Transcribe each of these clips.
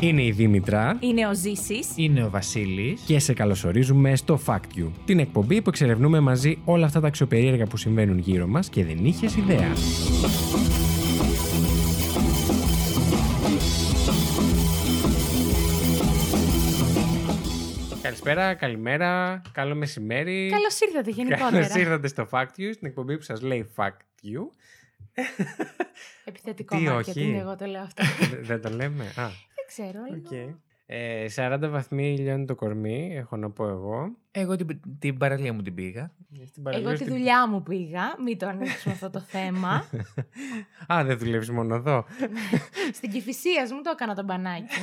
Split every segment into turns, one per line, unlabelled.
Είναι η Δήμητρα
Είναι ο Ζήσης.
Είναι ο Βασίλης.
και σε καλωσορίζουμε στο Fact You, την εκπομπή που εξερευνούμε μαζί όλα αυτά τα αξιοπερίεργα που συμβαίνουν γύρω μας και δεν είχες ιδέα. Καλησπέρα, καλημέρα, καλό μεσημέρι.
Καλώς ήρθατε γενικότερα.
Καλώς ήρθατε στο Fact You, στην εκπομπή που σας λέει Fact You.
Επιθετικό
Τι,
marketing,
όχι.
εγώ το λέω αυτό.
Δε- δεν το λέμε. Α,
Δεν ξέρω. λίγο.
οκ. Ε, 40 βαθμοί λιώνει το κορμί, έχω να πω εγώ.
Εγώ την, την παραλία μου την πήγα.
Στην
Εγώ
παραλία
τη
στην-
δουλειά μου πήγα, μην το ανοίξουμε αυτό το θέμα.
Α, δεν δουλεύεις μόνο εδώ.
Στην κυφυσία μου το έκανα τον μπανάκι.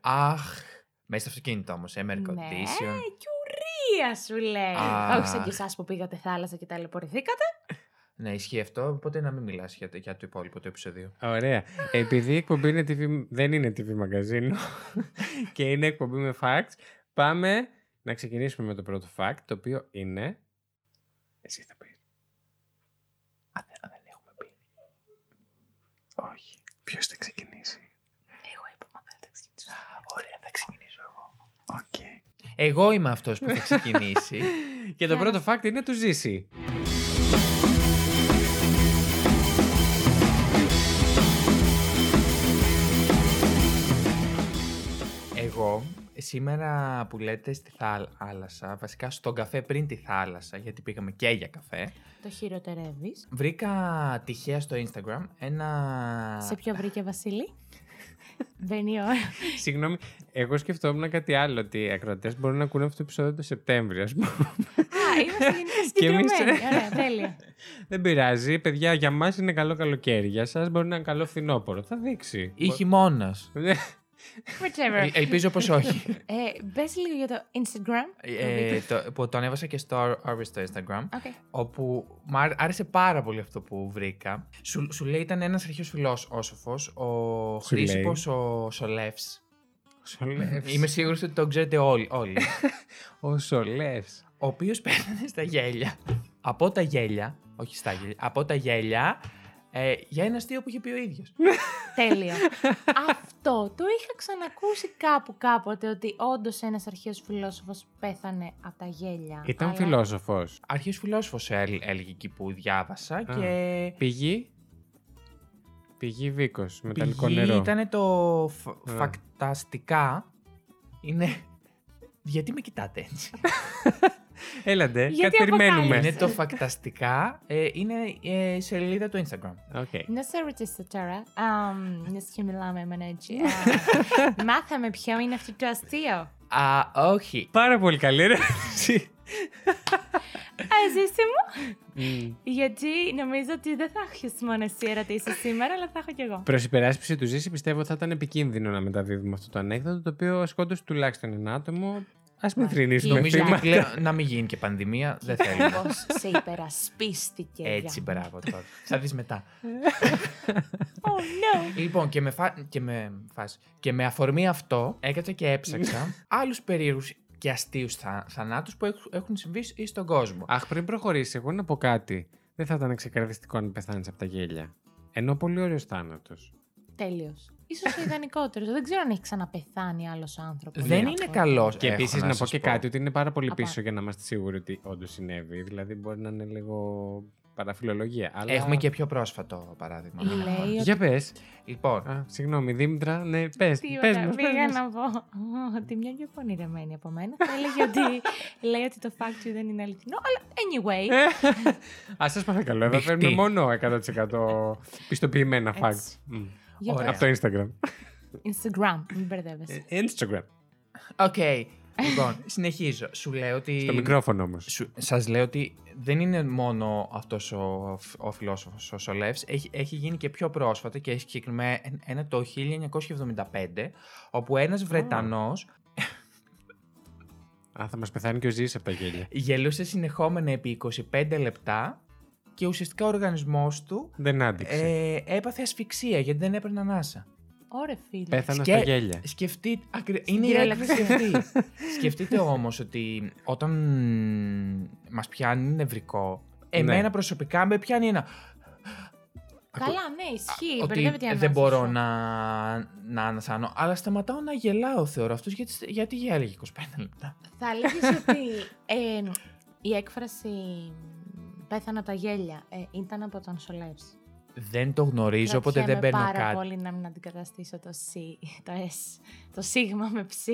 Αχ. Μέσα στο αυτοκίνητο όμως, ε, με air
Ναι.
condition.
Κιουρία σου λέει.
Α.
Όχι σαν και εσάς που πήγατε θάλασσα και ταλαιπωρηθήκατε.
Ναι, ισχύει αυτό. Οπότε να μην μιλάς για, το- για το υπόλοιπο του επεισοδίου.
Ωραία. Επειδή η εκπομπή είναι TV, δεν είναι TV μαγκαζίνο και είναι εκπομπή με facts, πάμε να ξεκινήσουμε με το πρώτο fact, το οποίο είναι... Εσύ θα πεις. Α, δεν, α, δεν έχουμε πει. Όχι. Ποιος θα ξεκινήσει.
Εγώ είπα, μα δεν τα ξεκινήσω.
Ωραία, θα ξεκινήσω εγώ. Εγώ είμαι αυτός που θα ξεκινήσει.
Και το
Για
πρώτο fact είναι του Ζήση.
εγώ σήμερα που λέτε στη θάλασσα, βασικά στον καφέ πριν τη θάλασσα, γιατί πήγαμε και για καφέ,
Το χειροτερεύεις.
βρήκα τυχαία στο Instagram ένα.
Σε ποιο βρήκε Βασίλη. Μπαίνει η ώρα.
Συγγνώμη, εγώ σκεφτόμουν κάτι άλλο, ότι οι ακροατές μπορούν να ακούνε αυτό το επεισόδιο το Σεπτέμβριο, ας πούμε.
Α, είμαστε γενικά
Και εμείς-
συγκεντρωμένοι. Ωραία, τέλεια.
Δεν πειράζει. Παιδιά, για μας είναι καλό καλοκαίρι. Για εσά μπορεί να είναι καλό φθινόπωρο. Θα δείξει.
Ή χειμώνα.
Ναι.
Whatever.
ελπίζω πως όχι.
Ε, Μπες λίγο για το Instagram.
Ε, το, που το ανέβασα και στο Orbit στο Instagram.
Οκ.
όπου μου άρε- άρεσε πάρα πολύ αυτό που βρήκα. Σου, σου λέει ήταν ένας αρχαίος φιλός όσοφος, ο
Σου λέει.
Χρήσιπος ο Σολεύς.
Σολεύς.
Είμαι σίγουρος ότι τον ξέρετε όλοι. όλοι
Ο Σολεύς.
ο οποίος πέθανε στα γέλια. Από τα γέλια, όχι στα γέλια, από τα γέλια, ε, για ένα αστείο που είχε πει ο ίδιος.
Ναι.
Τέλειο. Αυτό το είχα ξανακούσει κάπου κάποτε ότι όντως ένας αρχαίος φιλόσοφος πέθανε από τα γέλια.
Ήταν
αλλά-
φιλόσοφος.
Αρχαίος φιλόσοφος έλ- έλεγε εκεί που διάβασα και...
Πηγή. Πηγή Βίκος. Μεταλλικό
πηγή
νερό.
ήταν το φα-
Ε.
φακταστικά. Είναι. Γιατί με κοιτάτε έτσι.
Έλαντε,
Γιατί
κάτι περιμένουμε.
αποκάλυψε.
είναι το φακταστικά. ε, είναι ε, σελίδα του Instagram.
Οκ.
Να σε ρωτήσω τώρα, αμ, μιας και μιλάμε με έτσι. α, Μάθαμε ποιο είναι αυτό το αστείο.
Α, όχι.
Πάρα πολύ καλή ερώτηση.
Αζήσι μου,
Μμ.
γιατί νομίζω ότι δεν θα έχεις μόνο εσύ ερωτήσεις σήμερα, αλλά θα έχω κι εγώ.
Προς υπεράσπιση του Ζήση, πιστεύω θα ήταν επικίνδυνο να μεταδίδουμε αυτό το ανέκδοτο, το οποίο σκότωσε τουλάχιστον ένα άτομο. Ας μην
Μα,
θρυνήσουμε
Νομίζω ότι
θύματα.
πλέον να μην γίνει και πανδημία. Δεν θέλουμε.
Πώς σε υπερασπίστηκε. για
Έτσι,
μας.
μπράβο τώρα. Θα δεις μετά.
Oh no.
Λοιπόν, και με, φα... και, με... φάση. και με αφορμή αυτό, έκατσα και έψαξα άλλους περίεργους και αστείους θα... θανάτους που έχ- έχουν συμβεί ή στον κόσμο.
Αχ, πριν προχωρήσει, εγώ να πω κάτι. Δεν θα ήταν ξεκαρδιστικό αν πεθάνεις από τα γέλια. Ενώ πολύ ωραίος θάνατος.
Τέλειος. Ίσως ο ιδανικότερος. Δεν ξέρω αν έχει ξαναπεθάνει άλλος άνθρωπος.
Δεν
από
είναι
αυτό.
καλός.
Και επίσης να, πω και κάτι, ότι είναι πάρα πολύ
Απα.
πίσω για να είμαστε σίγουροι ότι όντως συνέβη. Δηλαδή μπορεί να είναι λίγο παραφιλολογία. Αλλά...
Έχουμε και πιο πρόσφατο παράδειγμα.
Λέει ότι
Για πες.
Λοιπόν,
Συγγνώμη, Δήμητρα, ναι, πες.
Τι
Πες
ωραία,
μας, πες
πήγα
μας.
να πω ότι μια πιο πονηρεμένη από μένα θα έλεγε ότι, λέει ότι το fact you δεν είναι αληθινό, αλλά anyway.
Ε, Ας, σας παρακαλώ, εδώ
Μπηχτή.
παίρνουμε μόνο 100% πιστοποιημένα facts.
Έτσι.
Μμ.
Για
ωραία.
πες.
Από το Instagram.
Instagram, μην μπερδεύεσαι.
Ε, Instagram.
οκ. Λοιπόν, συνεχίζω. Σου λέω ότι.
Στο μικρόφωνο όμως.
Σου, σας λέω ότι δεν είναι μόνο αυτός ο, φ- ο φιλόσοφος ο Σολεύς, έχει, έχει γίνει και πιο πρόσφατα και έχει συγκεκριμένα το 1975, όπου ένας Βρετανός
Α, θα μας πεθάνει και ο Ζή από τα γέλια.
γελούσε συνεχόμενα επί 25 λεπτά και ουσιαστικά ο οργανισμός του
Δεν άντυξε.
ε, έπαθε ασφυξία γιατί δεν έπαιρνε ανάσα.
Ωρε φίλε.
Πέθανε
Σκε-
στα γέλια.
Σκεφτείτε. ακρι- Είναι η
Στην
έκρηξη αυτή. Σκεφτείτε όμως ότι όταν μας πιάνει νευρικό, εμένα
Ναι.
προσωπικά με πιάνει ένα.
Καλά, ναι, ισχύει.
ότι
Μπερδεύεται η
δεν
ανάσα
μπορώ
σου.
να, να ανασάνω. Αλλά σταματάω να γελάω, θεωρώ αυτούς, γιατί, γιατί γέλαγε 25 λεπτά.
Θα έλεγες ότι ε, η έκφραση πέθανα από τα γέλια ε, ήταν από τον Σολεύς.
Δεν το γνωρίζω, οπότε δεν
Κρατιέμαι
παίρνω
πάρα
κάτι.
πολύ να μην αντικαταστήσω το σι, το S, το σίγμα με ψι.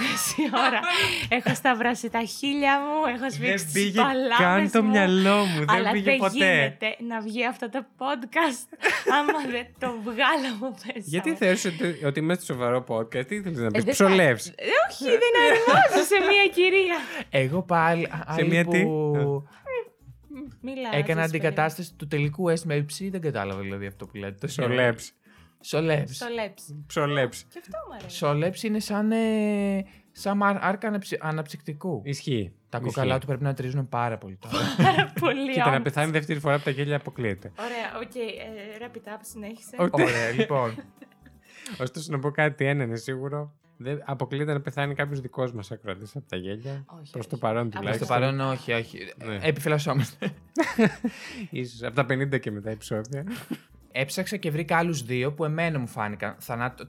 Μισή ώρα. έχω σταυράσει τα χείλια μου, έχω σβήξει
Δεν
τις
πήγε καν
παλάμες
το
μου,
μυαλό μου.
Αλλά
Δεν πήγε ποτέ.
γίνεται να βγει αυτό το podcast άμα δεν το βγάλω μου μέσα.
Γιατί
μου.
θεωρείς ότι, ότι μέσα στο σοβαρό podcast τι ήθελες να
Ε,
πεις,
δεν
ψολεύς.
θα- Ε, όχι, δεν αρμόζω σε μία κυρία.
Εγώ πάλι. α, άλλη
μια τι?
που
Μίλα.
έκανα
Τζέσπερ.
αντικατάσταση του τελικού S με ψ, δεν κατάλαβα δηλαδή αυτό που λέτε. Το
Ψολέψ.
Σολέψ.
Στο λέψι.
Ψολέψ.
Και αυτό μου αρέσει.
Σολέψ είναι σαν, ε, σαν μα- άρκα αναψυ- αναψυκτικού.
Ισχύει.
Τα
Ισχύει.
κοκαλά του πρέπει να τρίζουν πάρα πολύ τώρα.
Πάρα πολύ.
Κοίτα, να
όμορφο.
πεθάνει δεύτερη φορά από τα γέλια αποκλείεται.
Ωραία, οκ. ε, Wrap it up, συνέχισε.
Οκ.
Ωραία, λοιπόν.
Ωστόσο, να πω κάτι, ένα είναι σίγουρο. Δεν αποκλείεται να πεθάνει κάποιος δικός μας ακροατής από τα γέλια.
Όχι,
Προς
όχι.
το παρόν
το
Στο
τουλάχιστον.
παρόν, όχι, όχι.
Ναι.
Επιφυλασσόμαστε.
Ίσως από τα 50 και μετά επεισόδια.
Έψαξα και βρήκα άλλους δύο που εμένα μου φάνηκαν θανάτου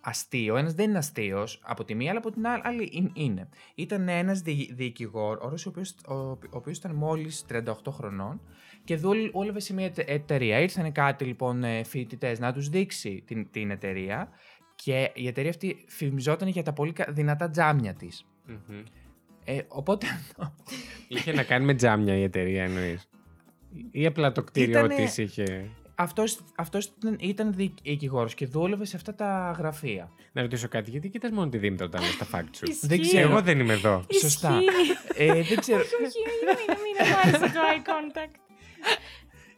αστείο. Ένας δεν είναι αστείος από τη μία, αλλά από την άλλη- άλλη είναι- είναι. Ήταν ένας δικηγόρο, ο οποίος- ο οποίος ήταν μόλις 38 χρονών και δούλε- δούλευε σε μια ετε- εταιρεία. Ήρθαν κάτι λοιπόν φοιτητές να τους δείξει την, την εταιρεία και η εταιρεία αυτή φημιζόταν για τα πολύ κα- δυνατά τζάμια της. οπότε
είχε να κάνει με τζάμια η εταιρεία, εννοείς. Ή απλά το κτίριό
Ήτανε-
της είχε.
αυτός, αυτός ήταν, ήταν δικηγόρος και δούλευε σε αυτά τα γραφεία.
Να ρωτήσω κάτι, γιατί κοιτά μόνο τη Δήμητρα όταν λες τα fact σου.
Ισχύει.
Δεν ξέρω.
Εγώ δεν είμαι εδώ.
Ισχύει.
Σωστά.
Όχι,
Ε, δεν ξέρω.
όχι, μην, μην αλλάζει το eye contact.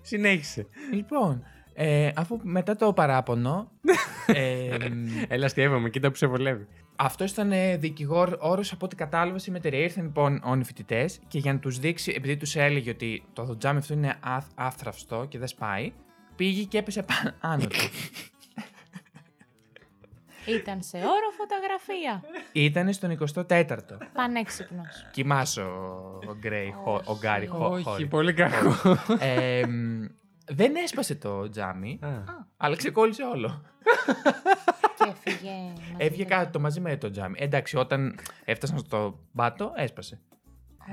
Συνέχισε.
Λοιπόν, ε, αφού μετά το παράπονο. ε,
Έλα, σκέφτομαι, κοίτα που σε βολεύει.
αυτό ήταν δικηγόρο από ό,τι κατάλαβα στην εταιρεία. Ήρθαν λοιπόν όλοι φοιτητές και για να τους δείξει, επειδή τους έλεγε ότι το τζάμι αυτό είναι αθ, άθραυστο και δεν σπάει, πήγε και έπεσε πά- πάνω του.
Ήταν σε όρο φωτογραφία.
Ήταν στον 24ο.
Πανέξυπνος.
Κοιμάσαι ο Γκρέι, Χο- ο Γκάρι Χο-
Όχι,
Χόρι.
πολύ κακό.
Ε, μ, δεν έσπασε το τζάμι,
Α,
αλλά ξεκόλλησε όλο.
Και έφυγε. μαζί
Έβγε
του.
κάτω μαζί με το τζάμι. Εντάξει, όταν έφτασαν στο μπάτο, έσπασε.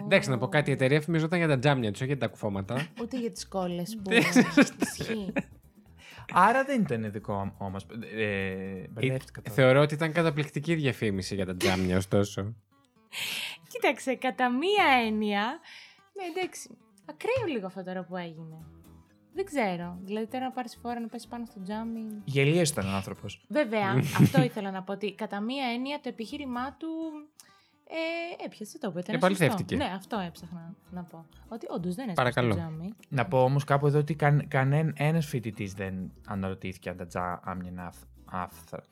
Εντάξει, να πω κάτι, η εταιρεία φημιζόταν για τα τζάμια τη, όχι για τα κουφώματα.
Ούτε για τις κόλλες
Ναι,
που ισχύει.
Άρα δεν ήταν δικό όμως. Ε, μπερδεύτηκα τώρα.
Θεωρώ ότι ήταν καταπληκτική διαφήμιση για τα τζάμια, ωστόσο.
Κοίταξε, κατά μία έννοια. Ναι, εντάξει. Ακραίο λίγο αυτό τώρα που έγινε. Δεν ξέρω. Δηλαδή τώρα να πάρεις φορά να πέσει πάνω στο τζάμι.
Γελίο ήταν ο άνθρωπος.
Βέβαια, αυτό ήθελα να πω ότι κατά μία έννοια το επιχείρημά του ε, έπιασε το που ήταν. σωστό.
Επαληθεύτηκε.
Ναι, αυτό έψαχνα να πω. Ότι όντως δεν έπιασε
Παρακαλώ.
το τζάμι.
Να πω όμως κάπου εδώ ότι καν, κανένα φοιτητής δεν αναρωτήθηκε αν τα τζάμια είναι αυ- άφθρα.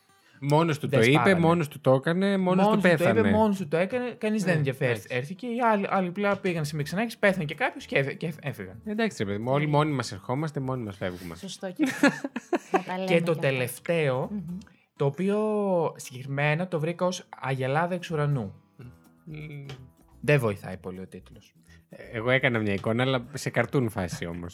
Μόνος του το
Δεν
είπε,
σπάρανε.
μόνος του το έκανε, μόνος του
το είπε,
πέθανε.
μόνος του το έκανε, κανείς
Ναι,
δεν ενδιαφέρθηκε.
εντάξει.
Έρθηκε, οι άλλοι, άλλοι απλά πήγαν σε μεξενάκι, πέθανε και κάποιος και, έφε- και έφε- έφυγαν.
Εντάξει, ρε παιδί μου, όλοι μόνοι μας ερχόμαστε, μόνοι μας φεύγουμε.
Σωστό και αυτό. Να τα λέμε
Και το
αυτά.
τελευταίο,
Ναι, Μμμ.
το οποίο συγκεκριμένα το βρήκα ως Αγελάδα εξ ουρανού.
Μμμ.
Δεν βοηθάει πολύ ο τίτλος.
Ε, Εγώ έκανα μια εικόνα, αλλά σε καρτούν φάση όμως.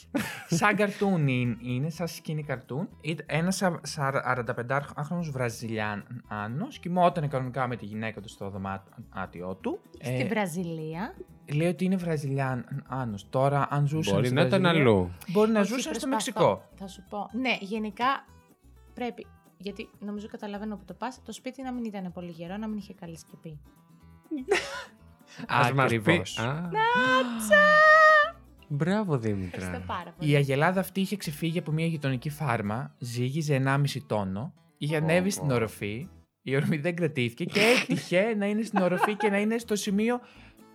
σαν καρτούν είναι, είναι, σαν σκηνή καρτούν. Ένα 45χρονο Βραζιλιάνος κοιμόταν κανονικά με τη γυναίκα του στο δωμάτιό του. Ε,
Στην Βραζιλία.
λέει ότι είναι Βραζιλιάνος. Τώρα, αν ζούσαν.
Μπορεί
στη
να ήταν
Βραζιλία,
αλλού.
Μπορεί να
Όχι,
ζούσαν στο
προσπαθώ.
Μεξικό.
Θα σου πω. Ναι, γενικά πρέπει. Γιατί νομίζω καταλαβαίνω που το πας. Το σπίτι να μην ήταν πολύ γερό, να μην είχε καλή σκεπή.
Ας μας πει-
Ακριβώς.
Α. Μπράβο,
Ευχαριστώ
Δήμητρα.
πάρα πολύ.
Η Αγελάδα αυτή είχε ξεφύγει από μια γειτονική φάρμα, ζύγιζε 1,5 τόνο, είχε
Ω,
ανέβει
ω.
στην οροφή, η ορμή δεν κρατήθηκε και έτυχε να είναι στην οροφή και να είναι στο σημείο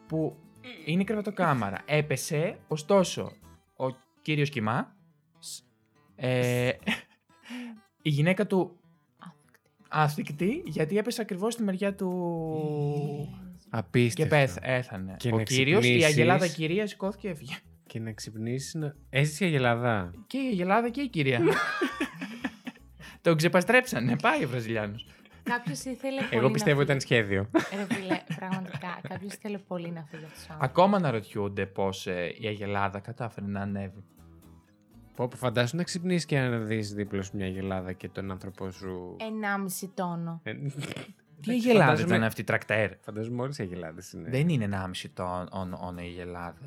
που είναι η κρεβατοκάμαρα. Έπεσε, ωστόσο, ο κύριος κοιμά, σ- ε, η γυναίκα του
Άθικτη.
άθικτη, γιατί έπεσε ακριβώς στη μεριά του... Και
Απίστευτο.
πέθ, έθανε.
Και
ο
να
κύριος, η Αγελάδα
ξυπνήσεις.
κυρία σηκώθηκε και έφυγε.
Και να ξυπνήσεις. Να... Έζησε η Αγελαδά.
Και η Ελλάδα και η κυρία. Τον ξεπαστρέψανε, πάει ο Βραζιλιάνος.
Κάποιος ήθελε πολύ.
Εγώ
να
πιστεύω
φύγει.
ήταν σχέδιο.
Ρε φίλε, πραγματικά. Κάποιος ήθελε πολύ να φύγει από του
ε, Ακόμα αναρωτιούνται πώς η Αγελάδα κατάφερε να ανέβει.
Πω, πω, φαντάσου να ξυπνήσεις και να δεις δίπλα σου μια γελάδα και τον άνθρωπό σου.
Ενάμιση τόνο.
Ε,
Τι Ναι. αγελάδε
φαντάζομαι-
ήταν αυτή, τρακτέρ.
Φαντάζομαι όλες οι αγελάδε είναι.
Δεν είναι 1,5 τόνο οι αγελάδε.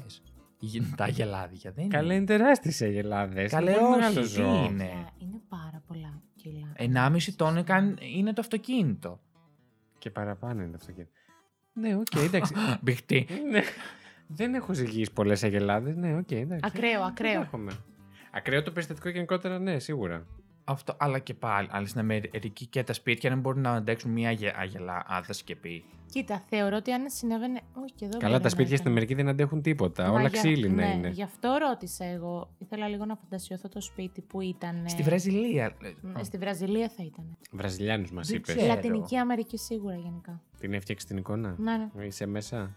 Τα αγελάδια δεν
Καλέ
είναι.
είναι τεράστιες οι αγελάδε.
Καλέ, όχι, τι είναι.
Παιδιά, Ε, είναι πάρα πολλά κιλά.
1,5 Ναι. τόνο καν- είναι το αυτοκίνητο.
Και παραπάνω είναι το αυτοκίνητο. Ναι, οκ, εντάξει.
Μπιχτή.
Ναι. Δεν έχω ζυγίσει πολλές αγελάδε. Ναι, οκ, εντάξει.
Ακραίο,
Δεν
ακραίο.
τα έχουμε. Ακραίο το περιστατικό γενικότερα, ναι, σίγουρα.
Αυτό, αλλά και πάλι. Αλλά στην Αμερική και τα σπίτια δεν μπορούν να αντέξουν μία αγε- αγελάδα σκεπή.
Κοίτα, θεωρώ ότι αν συνέβαινε. Όχι, και εδώ
Καλά,
μπορεί να
τα σπίτια στην
ήταν.
Αμερική δεν αντέχουν τίποτα.
ναι. Μα
Όλα
για-
ξύλινα
ναι,
είναι.
Γι' αυτό ρώτησα εγώ. Ήθελα λίγο να φαντασιωθώ το σπίτι που ήταν.
Στη Βραζιλία. ε,
Μ,
α,
Στη Βραζιλία θα ήταν.
Βραζιλιάνους μας
Δεν
είπες.
ξέρω.
Λατινική Αμερική σίγουρα γενικά.
Την έφτιαξες την εικόνα.
Να, ναι.
Είσαι μέσα.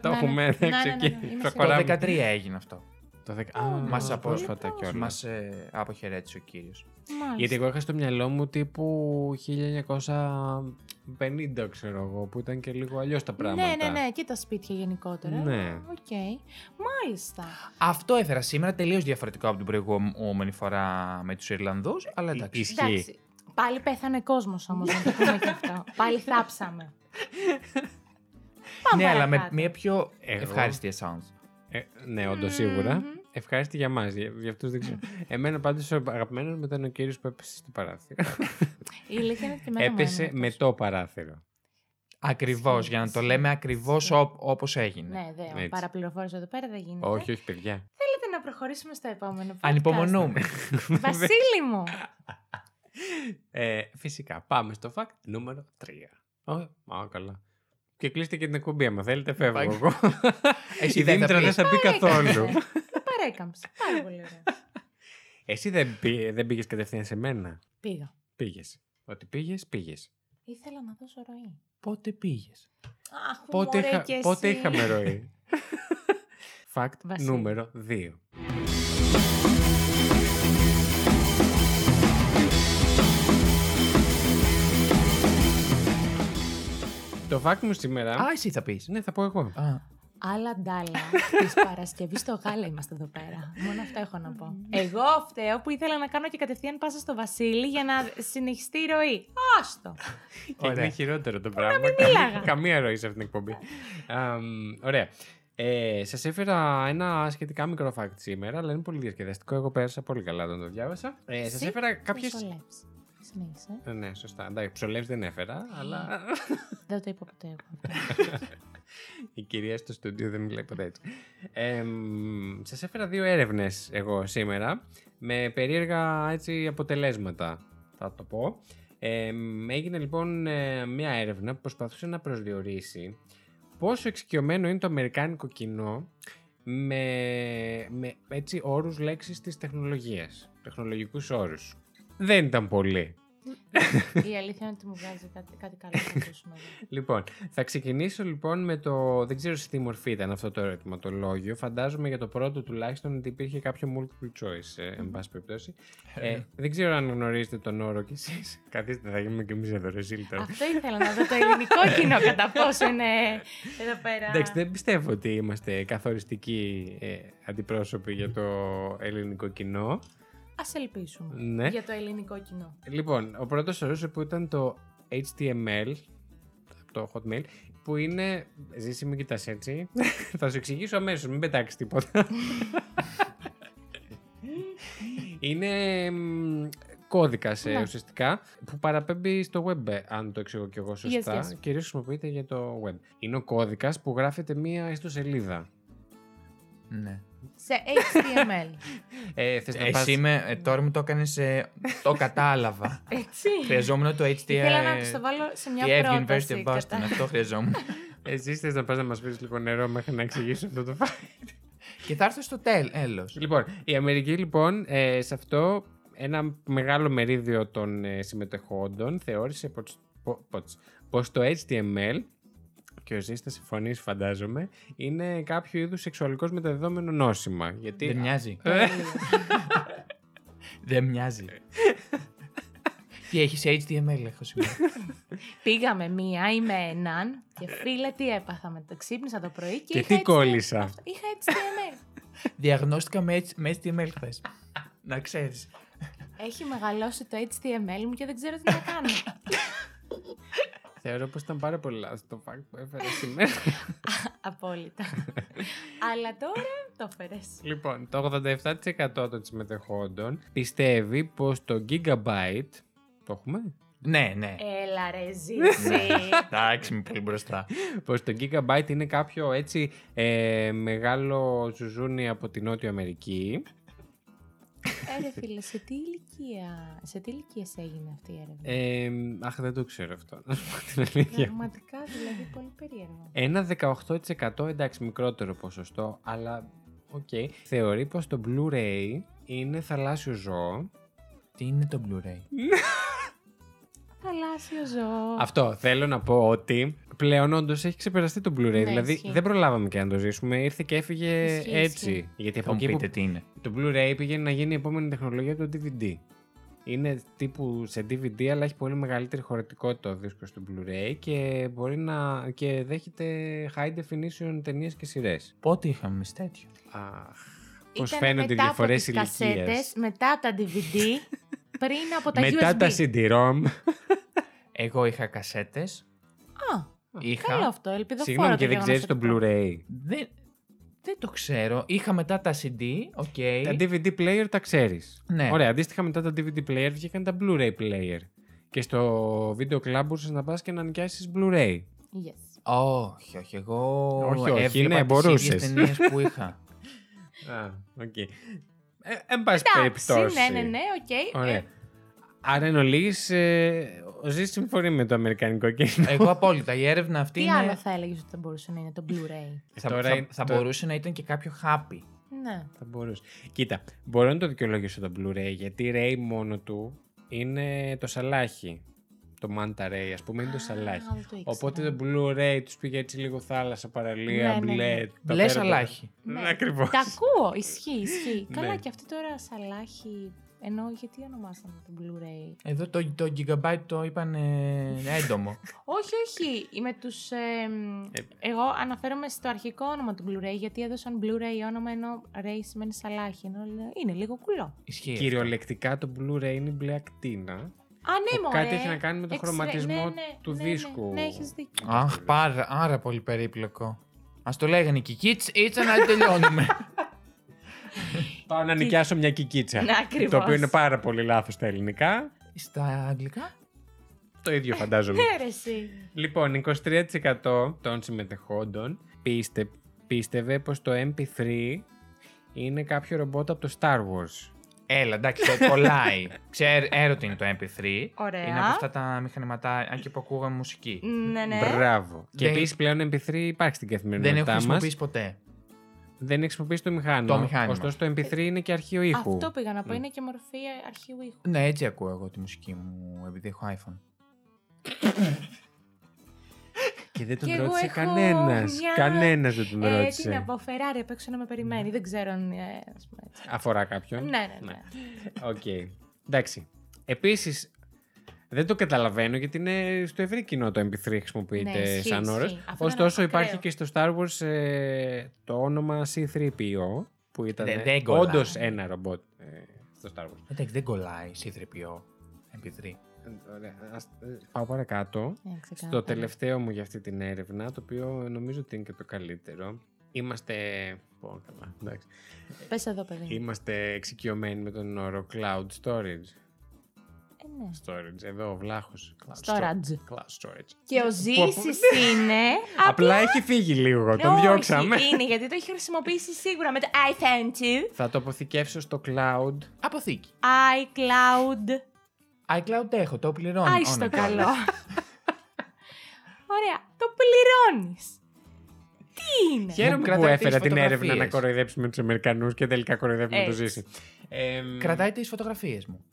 το
ναι.
έχουμε,
Ναι,
εντάξει,
ναι, ναι, ναι,
οκ.
είμαι
Το
σίγουρη.
Το
χωράμε.
13 έγινε αυτό.
Το δεκα-
Α,
Α,
Μας
πολύ
απόσφατα
πρόσφατα
κιόλας.
κιόλα.
Μας ε, αποχαιρέτησε ο κύριος.
Μάλιστα.
Γιατί εγώ είχα στο μυαλό μου τύπου 1950, ξέρω εγώ, που ήταν και λίγο αλλιώς τα πράγματα.
Ναι, ναι, ναι, και τα σπίτια γενικότερα.
Ναι.
Οκ. Μάλιστα.
Αυτό έφερα σήμερα τελείως διαφορετικό από την προηγούμενη φορά με τους Ιρλανδούς. Αλλά εντάξει.
Ισχύει.
Εντάξει. Πάλι πέθανε κόσμος όμως, να το πούμε και αυτό. Πάλι θάψαμε. Πάμε
Ναι, αλλά με
παρακάτω.
μια πιο
Εγώ.
ευχάριστια sounds.
Ε, ναι, όντως σίγουρα.
Μμμ.
Ευχάριστη για μας, για, για αυτούς δεν ξέρω. Εμένα πάντως ο αγαπημένος μου ήταν ο κύριος που έπεσε στο παράθυρο.
Η αλήθεια είναι ότι και εμένα μου
έπεσε
έμεινε
με
τόσο. Ναι.
το παράθυρο.
Ακριβώς,
Ισχύει,
για να το
ισχύει,
λέμε ακριβώ
ισχύει.
όπως έγινε.
Ναι, δε,
Έτσι.
παραπληροφόρηση εδώ πέρα δεν γίνεται.
όχι, όχι, παιδιά.
Θέλετε να προχωρήσουμε στο επόμενο podcast.
Ανυπομονούμε.
Βασίλη μου,
ε, φυσικά. Πάμε στο fact νούμερο 3. Ω, α, καλά. Και κλείστε και την εκπομπή, άμα θέλετε, φεύγω
Πάει.
εγώ.
Εσύ
Η
δεν θα
Δήμητρα δεν
πεις.
θα πει καθόλου.
παρέκαμψε. Ε, παρέκαμψε. Πάρα πολύ ωραία.
Εσύ δεν, πή, δεν πήγες κατευθείαν σε μένα.
Πήγα.
Πήγες. Ότι πήγες, πήγες.
Ήθελα να δώσω ροή.
Πότε πήγες.
Αχ,
Πότε,
μωρέ,
είχα-
κι εσύ.
πότε είχαμε ροή. Fact
Βασίλη.
νούμερο 2. Το fact μου σήμερα.
Α, εσύ θα πεις.
Ναι, θα πω εγώ.
Άλλα ντάλα. Της Παρασκευής στο γάλα είμαστε εδώ πέρα. Μόνο αυτό έχω να πω. Εγώ φταίω που ήθελα να κάνω και κατευθείαν πάσα στο Βασίλη για να συνεχιστεί η ροή. Άστο.
Και
Ωραία.
είναι χειρότερο το πράγμα.
μίλαγα.
καμία ροή σε αυτήν την εκπομπή. Αμ, ωραία. Ε, Σας έφερα ένα σχετικά μικρό fact σήμερα, αλλά είναι πολύ διασκεδαστικό. Εγώ πέρασα πολύ καλά όταν το διάβασα. Ε, Σας
Εσύ
έφερα κάποιε.
Μεσολεύεις. Συνέχισε.
Ναι, σωστά. Εντάξει, ψολεύς δεν έφερα, αλλά
Δεν το είπα ποτέ εγώ.
η κυρία στο στούντιο δεν μιλάει ποτέ έτσι. Ε, μ, σας έφερα δύο έρευνες εγώ σήμερα, με περίεργα έτσι αποτελέσματα, θα το πω. Ε, μ, έγινε λοιπόν ε, μια έρευνα που προσπαθούσε να προσδιορίσει πόσο εξοικειωμένο είναι το αμερικάνικο κοινό με, με έτσι όρους λέξης της τεχνολογίας, τεχνολογικούς όρους. Δεν ήταν πολύ.
Η αλήθεια είναι ότι μου βγάζει κάτι, κάτι καλό να ακούσουμε εδώ.
Λοιπόν, θα ξεκινήσω λοιπόν με το. Δεν ξέρω σε τι μορφή ήταν αυτό το ερωτηματολόγιο. Φαντάζομαι για το πρώτο τουλάχιστον ότι υπήρχε κάποιο multiple choice, ε, εν πάση περιπτώσει. Ε, δεν ξέρω αν γνωρίζετε τον όρο κι εσείς. Καθίστε, θα γίνουμε κι εμείς εδώ, ρε Ζήλ, τώρα.
Αυτό ήθελα να δω το ελληνικό κοινό κατά πόσο είναι εδώ πέρα.
Εντάξει, δεν πιστεύω ότι είμαστε καθοριστικοί ε, αντιπρόσωποι για το ελληνικό κοινό.
Ας ελπίσουμε
Ναι.
για το ελληνικό κοινό.
Λοιπόν, ο πρώτος ορός που ήταν το HTML, το Hotmail, που είναι. Ζήση, μην κοιτά έτσι. θα σου εξηγήσω αμέσως, μην πετάξεις τίποτα. είναι κώδικα
Ναι.
ουσιαστικά που παραπέμπει στο web, ε, αν το εξηγώ κι εγώ σωστά.
Yes, yes.
Κυρίως χρησιμοποιείται για το web. Είναι ο κώδικας που γράφεται μία ιστοσελίδα.
Ναι.
Σε HTML.
Ε, θες να πας-
Εσύ με, ε, τώρα μου το έκανες. το κατάλαβα.
Έτσι.
Χρειαζόμουν το HTML.
Ήθελα να τους το βάλω σε μια
Η Εύη
πρόταση.
ε, University of Boston.
κατά-
Αυτό χρειαζόμουν.
Εσείς θες να πας να μας πεις λίγο νερό μέχρι να εξηγήσω αυτό το φάκελο.
Και θα έρθω στο τέλο.
Λοιπόν, η Αμερική λοιπόν ε, σε αυτό ένα μεγάλο μερίδιο των ε, συμμετεχόντων θεώρησε πως, πο- πως- πως το HTML και ο Ζής θα συμφωνείς φαντάζομαι είναι κάποιο είδους σεξουαλικός μεταδεδόμενο νόσημα. Γιατί... ε,
Δεν μοιάζει.
Τέλειο.
Δεν μοιάζει. Τι έχεις HTML, έχω σημαίνει.
Πήγαμε μία, είμαι έναν και φίλε τι έπαθα με το ξύπνησα το πρωί και,
Και
είχα
τι
HTML.
κόλλησα.
Είχα HTML.
Διαγνώστηκα με, H- με HTML χθες. να ξέρεις.
Έχει μεγαλώσει το HTML μου και δεν ξέρω τι να κάνω.
Θεωρώ πως ήταν πάρα πολύ λάθος το fact που έφερα σήμερα.
Απόλυτα. Αλλά τώρα το έφερες.
λοιπόν, το 87% των συμμετεχόντων πιστεύει πως το Gigabyte. Το έχουμε.
ναι, ναι.
Έλα ρε ζήση.
Εντάξει, είμαι πολύ μπροστά.
Πως το Λοιπόν, Gigabyte είναι κάποιο έτσι ε, μεγάλο ζουζούνι από την Νότια Αμερική.
Έρε Ε, φίλε, σε τι ηλικία, σε τι ηλικία έγινε αυτή η έρευνα.
Ε, αχ, δεν το ξέρω αυτό. Να σου πω την αλήθεια.
Πραγματικά δηλαδή πολύ περίεργο.
Ένα 18% εντάξει μικρότερο ποσοστό, αλλά οκ. Θεωρεί πως το Blu-ray είναι θαλάσσιο ζώο.
Τι είναι το Blu-ray.
Θαλάσσιο ζώο.
Αυτό θέλω να πω ότι πλέον όντως έχει ξεπεραστεί το Blu-ray.
Ναι,
δηλαδή
ισχύει.
δεν προλάβαμε και να το ζήσουμε. Ήρθε και έφυγε
Ισχύει,
έτσι.
ισχύει.
Γιατί
Θα
από
μου
εκεί
πείτε
που
τι είναι.
το Blu-ray πήγαινε να γίνει η επόμενη τεχνολογία του DVD. Είναι τύπου σε DVD, αλλά έχει πολύ μεγαλύτερη χωρητικότητα ο δίσκος του Blu-ray και μπορεί να. και δέχεται high definition ταινίες και σειρές.
Πότε είχαμε εμείς τέτοιο.
Αχ. Πώς
Ήταν
φαίνονται οι
μετά από
διαφορές
τις
ηλικίας.
κασέτες, Μετά από τα DVD, πριν από τα
Μετά
USB.
τα CD-ROM.
Εγώ είχα κασέτες.
Α, Καλό
Είχα.
αυτό, ελπιδοφόρο.
Συγγνώμη και
το
δεν ξέρει
γεγονός
το
ότι-
Blu-ray.
Δεν, δεν το ξέρω. Είχα μετά τα CD. Οκ.
Τα DVD player τα ξέρεις.
Ναι.
Ωραία, αντίστοιχα μετά τα DVD player βγήκαν τα Blu-ray player. Και στο βίντεο club μπορούσες να πας και να νοικιάσεις Blu-ray.
Yes.
Όχι, όχι. Εγώ
Όχι, όχι,
έβλεπα
ναι,
τις
μπορούσες.
ίδιες ταινίες που είχα.
Α, οκ. Ε, εν πάση
Εντάξει,
περιπτώσει.
ναι, ναι, ναι, οκ.
ε. Ωραία.
Ε,
Άρα εν ολίγης, ε, ο Ζης συμφωνεί με το αμερικανικό κοινό.
Εγώ απόλυτα. Η έρευνα αυτή
Τι
είναι-
ε,
άλλο θα έλεγες ότι θα μπορούσε να είναι το Blu-ray.
θα,
Τώρα
θα-
είναι-
θα
τώρα-
μπορούσε να ήταν και κάποιο happy.
Ναι.
Θα μπορούσε. Κοίτα, μπορώ να το δικαιολογήσω το Blu-ray γιατί Ray μόνο του είναι το σαλάχι. Το Manta Ray, ας πούμε, είναι το
Α,
σαλάχι.
δεν το ήξερα.
Οπότε το Blu-ray τους πήγε έτσι λίγο θάλασσα, παραλία,
Ναι, ναι, ναι.
μπλε. τα
Μπλε
πέρα,
σαλάχι.
τα-
Ναι.
Ναι, ακριβώς.
Τα ακούω, ισχύει, ισχύει.
Ναι.
Καλά, και αυτή τώρα σαλάχη. Ενώ γιατί ονομάσαμε το Blu-ray.
Εδώ το, το Gigabyte το είπαν ε, έντομο.
Όχι, όχι. Με τους, ε, μ, εγώ αναφέρομαι στο αρχικό όνομα του Blu-ray γιατί έδωσαν Blu-ray όνομα ενώ Ray σημαίνει σαλάχη. Ενώ λέω, είναι λίγο κουλό.
Ισχύει. αυτό.
Κυριολεκτικά το Blu-ray είναι η μπλε ακτίνα.
Α, ναι,
που
μωρέ.
κάτι έχει να κάνει με το
Εξτρε-
χρωματισμό
ναι, ναι,
του
ναι, ναι,
δίσκου.
Ναι, έχεις δίκιο.
Αχ, πάρα, άρα πολύ περίπλοκο. Ας το λέγανε και kids, ήτσα να τελειώνουμε.
Πάω να νοικιάσω μια κικίτσα.
Ναι, ακριβώς.
Το οποίο είναι πάρα πολύ λάθος στα ελληνικά.
Στα αγγλικά.
Το ίδιο φαντάζομαι.
Ναι, Έρεση.
Λοιπόν, 23% των συμμετεχόντων πίστε, πίστευε πως το MP3 είναι κάποιο ρομπότ από το Star Wars.
Έλα, εντάξει, το κολλάει. Ξέρω ότι είναι το MP3.
Ωραία.
Είναι από αυτά τα μηχανηματάκια που ακούγαμε μουσική.
Ναι, ναι.
Μπράβο. Και
Δεν-
επίσης πλέον MP3 υπάρχει στην
Δεν έχω
καθημερινότητά μας.
χρησιμοποιήσει ποτέ.
Δεν έχει χρησιμοποιήσει το μηχάνημα.
Το μηχάνημα.
Ωστόσο το MP3 είναι και αρχείο ήχου.
Ε, Αυτό πήγα να πω.
Ναι.
Είναι και μορφή αρχείου ήχου.
Ναι, έτσι ακούω εγώ τη μουσική μου, επειδή έχω iPhone.
Και δεν τον
Και εγώ
ρώτησε
έχω
κανένας.
μια-
Κανένας δεν τον
Ε, τι
ρώτησε.
να πω, Φεράρι απ' έξω να με περιμένει. Δεν ξέρω αν. Ε, ας πούμε έτσι.
Αφορά κάποιον.
ναι, ναι, ναι.
Ναι. Οκ. Εντάξει. Επίσης, δεν το καταλαβαίνω γιατί είναι στο ευρύ κοινό το MP3 χρησιμοποιείται
Ναι, ισχύει,
σαν
ισχύει.
όρο.
Αυτό ήταν
Ωστόσο,
ακραίο.
υπάρχει και στο Star Wars ε, το όνομα C3PO που ήταν
Δε- δεν κολλάει.
όντως ένα ρομπότ ε, στο Star Wars.
Εντάξει, δεν κολλάει C3PO MP3.
Ε, Ωραία. Ας- ε, πάω παρακάτω.
Ε, ξεκάθαρα.
Στο τελευταίο μου για αυτή την έρευνα, το οποίο νομίζω ότι είναι και το καλύτερο. Είμαστε. Πω, καλά, εντάξει.
Πες εδώ, παιδί.
Είμαστε εξοικειωμένοι με τον όρο cloud storage.
Ε, ναι.
Storage. Εδώ ο βλάχος. Cloud
Storage.
Cloud storage.
Και ο Ζήση είναι.
Απλά έχει φύγει λίγο, τον διώξαμε.
Όχι, είναι γιατί το έχει χρησιμοποιήσει σίγουρα με το iPhone 2,
Θα το αποθηκεύσω στο cloud.
Ναι.
Αποθήκη.
iCloud.
iCloud έχω, το πληρώνω. ναι,
Άι το
ναι,
Όνομα.
καλό. Ωραία, το πληρώνεις. Τι είναι.
Χαίρομαι που
κρατάει τις
έφερα την έρευνα να
φωτογραφίες.
κοροϊδέψουμε τους Αμερικανούς και τελικά κοροϊδεύουμε το
Έτσι.
ζήσει. Εμ,
Κρατάει τις φωτογραφίες μου.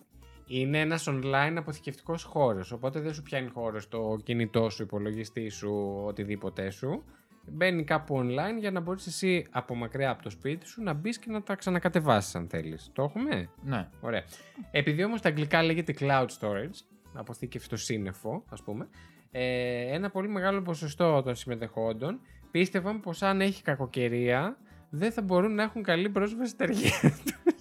Είναι ένας online αποθηκευτικός χώρος. Οπότε δεν σου πιάνει χώρος στο κινητό σου, υπολογιστή σου, οτιδήποτε σου. Μπαίνει κάπου online για να μπορείς εσύ από μακριά από το σπίτι σου να μπεις και να τα ξανακατεβάσεις αν θέλεις. Το έχουμε.
Ναι.
Ωραία. Επειδή όμως τα αγγλικά λέγεται cloud storage, αποθήκευση στο σύννεφο, ας πούμε, ε, ένα πολύ μεγάλο ποσοστό των συμμετεχόντων πίστευαν πως αν έχει κακοκαιρία δεν θα μπορούν να έχουν καλή πρόσβαση στα αρχεία του.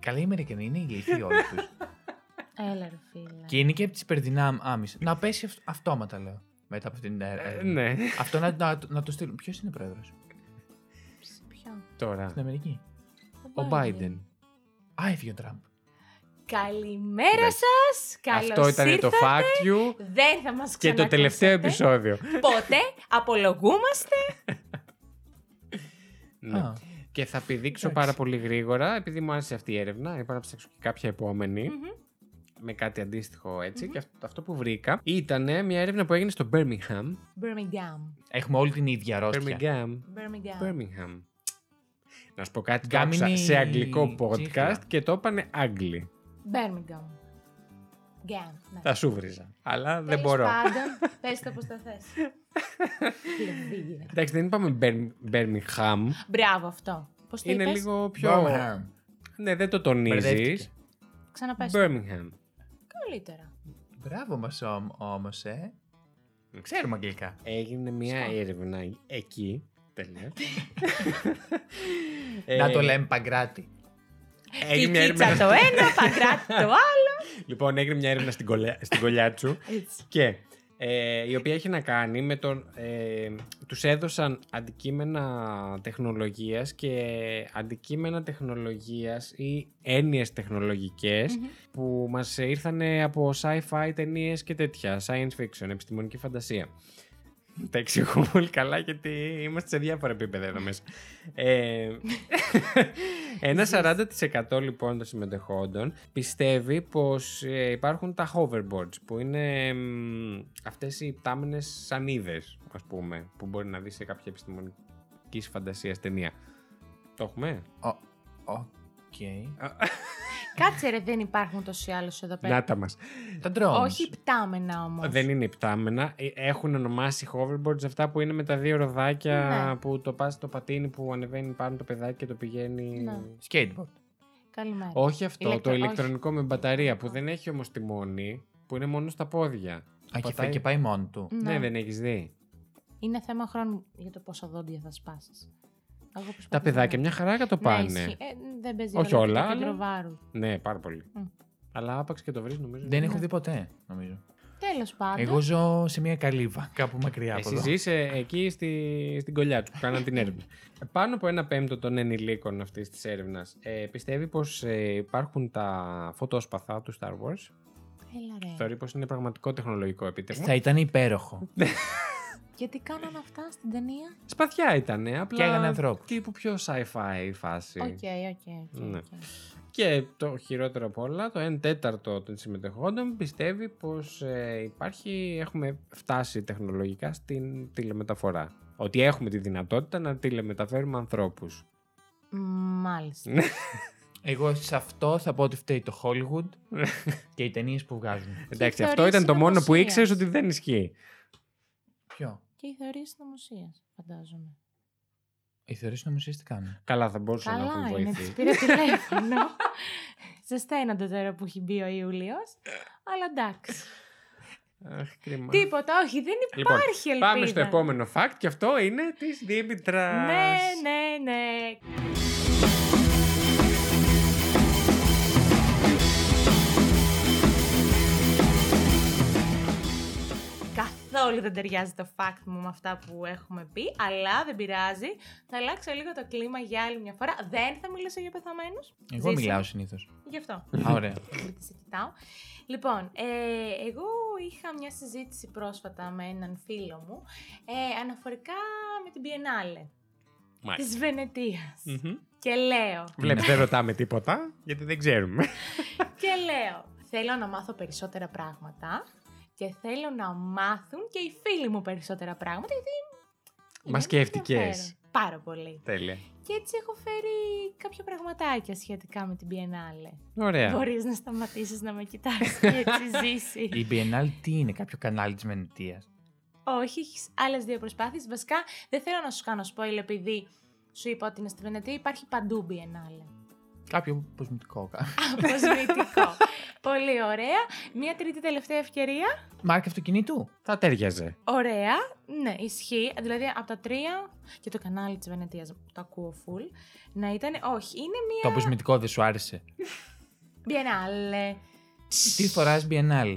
Καλά οι Αμερικανοί είναι ηλικιοί όλοι τους.
Έλα, ρε φίλε.
και είναι και από τις περδινάμεις. Να πέσει αυτ- αυτόματα λέω. Μετά από την ε,
Ε,
έρευνα.
ναι,
Αυτό να, να, να το στείλουν. Ποιος είναι πρόεδρος
Ποιο?
τώρα.
στην Αμερική.
Ο Biden.
Α, έφυγε ο Τραμπ.
Καλημέρα
Εντάξει.
σας. Καλώς
Αυτό ήταν το fact you
Δεν θα μας
και το τελευταίο επεισόδιο.
Πότε απολογούμαστε.
Ναι.
Α,
Και θα πηδήξω
Εντάξει.
πάρα πολύ γρήγορα, επειδή μου άρεσε αυτή η έρευνα. Είπα να ψάξω και κάποια επόμενη,
Μμμ.
με κάτι αντίστοιχο έτσι.
Μμμ.
Και αυτό, αυτό που βρήκα ήταν μια έρευνα που έγινε στο Birmingham.
Birmingham.
Έχουμε όλη την ίδια αρρώστια.
Birmingham.
Birmingham.
Birmingham. Να σου πω κάτι το
Γκάμινι
άκουσα σε αγγλικό podcast
τσίχλα.
και το είπανε Άγγλοι.
Birmingham. Gam. ναι.
Θα σου βρίζα. Αλλά δεν
Τέλος
μπορώ.
Πάντων, πες το πώς το θες. Λεβίδια.
Εντάξει, δεν είπαμε Bir- Birmingham.
Μπράβο αυτό. Πώς το
Είναι
είπες?
λίγο πιο.
Birmingham.
Ναι, δεν το τονίζεις.
Μπερδεύτηκε.
Ξαναπες. το.
Birmingham.
Καλύτερα.
Μπράβο μας όμ- όμως, ε.
Μμ.
Ξέρουμε αγγλικά.
Έγινε μια
Σωστό.
έρευνα εκεί. Τέλεια.
Να
Ε,
το λέμε Παγκράτη.
Έγινε μια
Κικίτσα το
έρευνα.
ένα, παγκράτη το άλλο.
Λοιπόν, έγινε μια έρευνα στην κολιά- στην κολλιάτσου.
Έτσι.
Και ε, η οποία έχει να κάνει με τον. Ε, τους έδωσαν αντικείμενα τεχνολογίας και αντικείμενα τεχνολογίας ή έννοιες τεχνολογικές
Μμμ.
που μας ήρθαν από sci-fi ταινίες και τέτοια, science fiction, επιστημονική φαντασία. Τα εξηγώ πολύ καλά γιατί είμαστε σε διάφορα επίπεδα εδώ μέσα. Ε, ένα 40% λοιπόν των συμμετεχόντων πιστεύει πως ε, υπάρχουν τα hoverboards που είναι μ, αυτές οι πτάμενες σανίδες ας πούμε που μπορεί να δεις σε κάποια επιστημονικής φαντασίας ταινία. Το έχουμε?
Οκ.
Κάτσε ρε, δεν υπάρχουν τόσοι άλλους εδώ πέρα.
Να τα μας.
Τα drones.
Όχι πτάμενα όμως.
Δεν είναι υπτάμενα. Ε, Έχουν ονομάσει hoverboards αυτά που είναι με τα δύο ροδάκια
Ναι.
που το πας στο πατίνι που ανεβαίνει πάνω το παιδάκι και το πηγαίνει.
Ναι.
Skateboard.
Καλημέρα.
Όχι αυτό,
Ηλεκτρο-
το
όχι.
ηλεκτρονικό με μπαταρία που δεν έχει όμως τιμόνι, που είναι μόνο στα πόδια.
Α, και,
Πατάει-
φα- και πάει μόνο του.
Ναι, δεν έχεις δει.
Είναι θέμα χρόνου για το πόσα δόντια θα σπάσεις. Εγώ
Τα
προσπαθώ
παιδάκια
να-
μια χαρά το
Ναι,
πάνε.
ισχύει. Ε, δεν παίζει
Όχι
ρόλο και
όλα,
το
αλλά-
κέντρο βάρου.
Ναι, πάρα πολύ.
Μμ.
Αλλά άπαξ και το βρεις νομίζω.
Δεν έχω
Ναι.
δει ποτέ, νομίζω.
Τέλος πάντων.
Εγώ ζω σε μια καλύβα, κάπου μακριά από
Εσύ
εδώ.
ζεις ε, εκεί στη, στην κολλιά του που κάναν την έρευνα. Πάνω από ένα πέμπτο των ενηλίκων αυτής της έρευνας ε, πιστεύει πως ε, υπάρχουν τα φωτόσπαθα του Star Wars.
Ναι. Έλα ρε.
Θεωρεί πως είναι πραγματικό τεχνολογικό επίτευγμα.
Θα ήταν υπέροχο.
Γιατί κάνανε αυτά στην ταινία.
Σπαθιά ήταν, απλά
Και έγανε ανθρώπους.
τύπου πιο sci-fi φάση.
Οκ, οκ,
Ναι.
οκ, οκ.
Και το χειρότερο από όλα, το 1 τέταρτο των συμμετεχόντων πιστεύει πως ε, υπάρχει, έχουμε φτάσει τεχνολογικά στην τηλεμεταφορά. Ότι έχουμε τη δυνατότητα να τηλεμεταφέρουμε ανθρώπους.
Μάλιστα.
Εγώ σε αυτό θα πω ότι φταίει το Hollywood και οι ταινίες που βγάζουν.
Εντάξει,
θεωρίες
αυτό ήταν το μόνο που
συνωμοσίας.
ήξερες ότι δεν ισχύει.
Ποιο?
Και οι θεωρίες συνωμοσία, φαντάζομαι.
Οι θεωρίες νομοσίε τι κάνουν.
Καλά, θα μπορούσαν να
Καλά
έχουν
είναι, τη
βοηθεί.
πήρε τηλέφωνο. Ζεσταίνονται τώρα που έχει μπει ο Ιούλιο. Αλλά εντάξει.
Αχ, κρίμα.
Τίποτα, όχι, δεν
Λοιπόν,
υπάρχει ελπίδα.
Πάμε στο επόμενο fact και αυτό είναι της Δήμητρας.
Ναι, ναι, ναι. Καθόλου δεν ταιριάζει το fact μου με αυτά που έχουμε πει, αλλά δεν πειράζει. Θα αλλάξω λίγο το κλίμα για άλλη μια φορά. Δεν θα μιλήσω για πεθαμένους.
Εγώ
Ζήσε.
μιλάω συνήθως.
Γι' αυτό.
Ωραία.
Γιατί σε κοιτάω. Λοιπόν, ε, εγώ είχα μια συζήτηση πρόσφατα με έναν φίλο μου ε, αναφορικά με την Biennale
Μάλιστα.
της Βενετίας.
Μμμ.
Και λέω,
Βλέπεις, δεν ρωτάμε τίποτα, γιατί δεν ξέρουμε.
και λέω, θέλω να μάθω περισσότερα πράγματα και θέλω να μάθουν και οι φίλοι μου περισσότερα πράγματα γιατί...
Μα
είναι
σκέφτηκες.
ενδιαφέρον. Πάρα πολύ.
Τέλεια.
Και έτσι έχω φέρει κάποια πραγματάκια σχετικά με την Biennale.
Ωραία.
Μπορείς να σταματήσεις να με κοιτάς και έτσι ζήσεις.
Η Biennale τι είναι, κάποιο κανάλι της Μενετία.
Όχι, έχεις άλλες δύο προσπάθειες. Βασικά, δεν θέλω να σου κάνω spoil επειδή σου είπα ότι είναι στη Βενετία. Υπάρχει παντού Biennale.
Κάποιο κοσμητικό. κα-
Αποσμητικό. Πολύ ωραία. Μία τρίτη τελευταία ευκαιρία.
Μάρκα αυτοκινήτου.
Θα τέριαζε.
Ωραία. Ναι, ισχύει. Δηλαδή από τα τρία και το κανάλι της Βενετίας το ακούω full. Να ήταν. Όχι, είναι μία.
Το αποσμητικό δεν σου άρεσε.
Biennale.
Τι φοράς Biennale.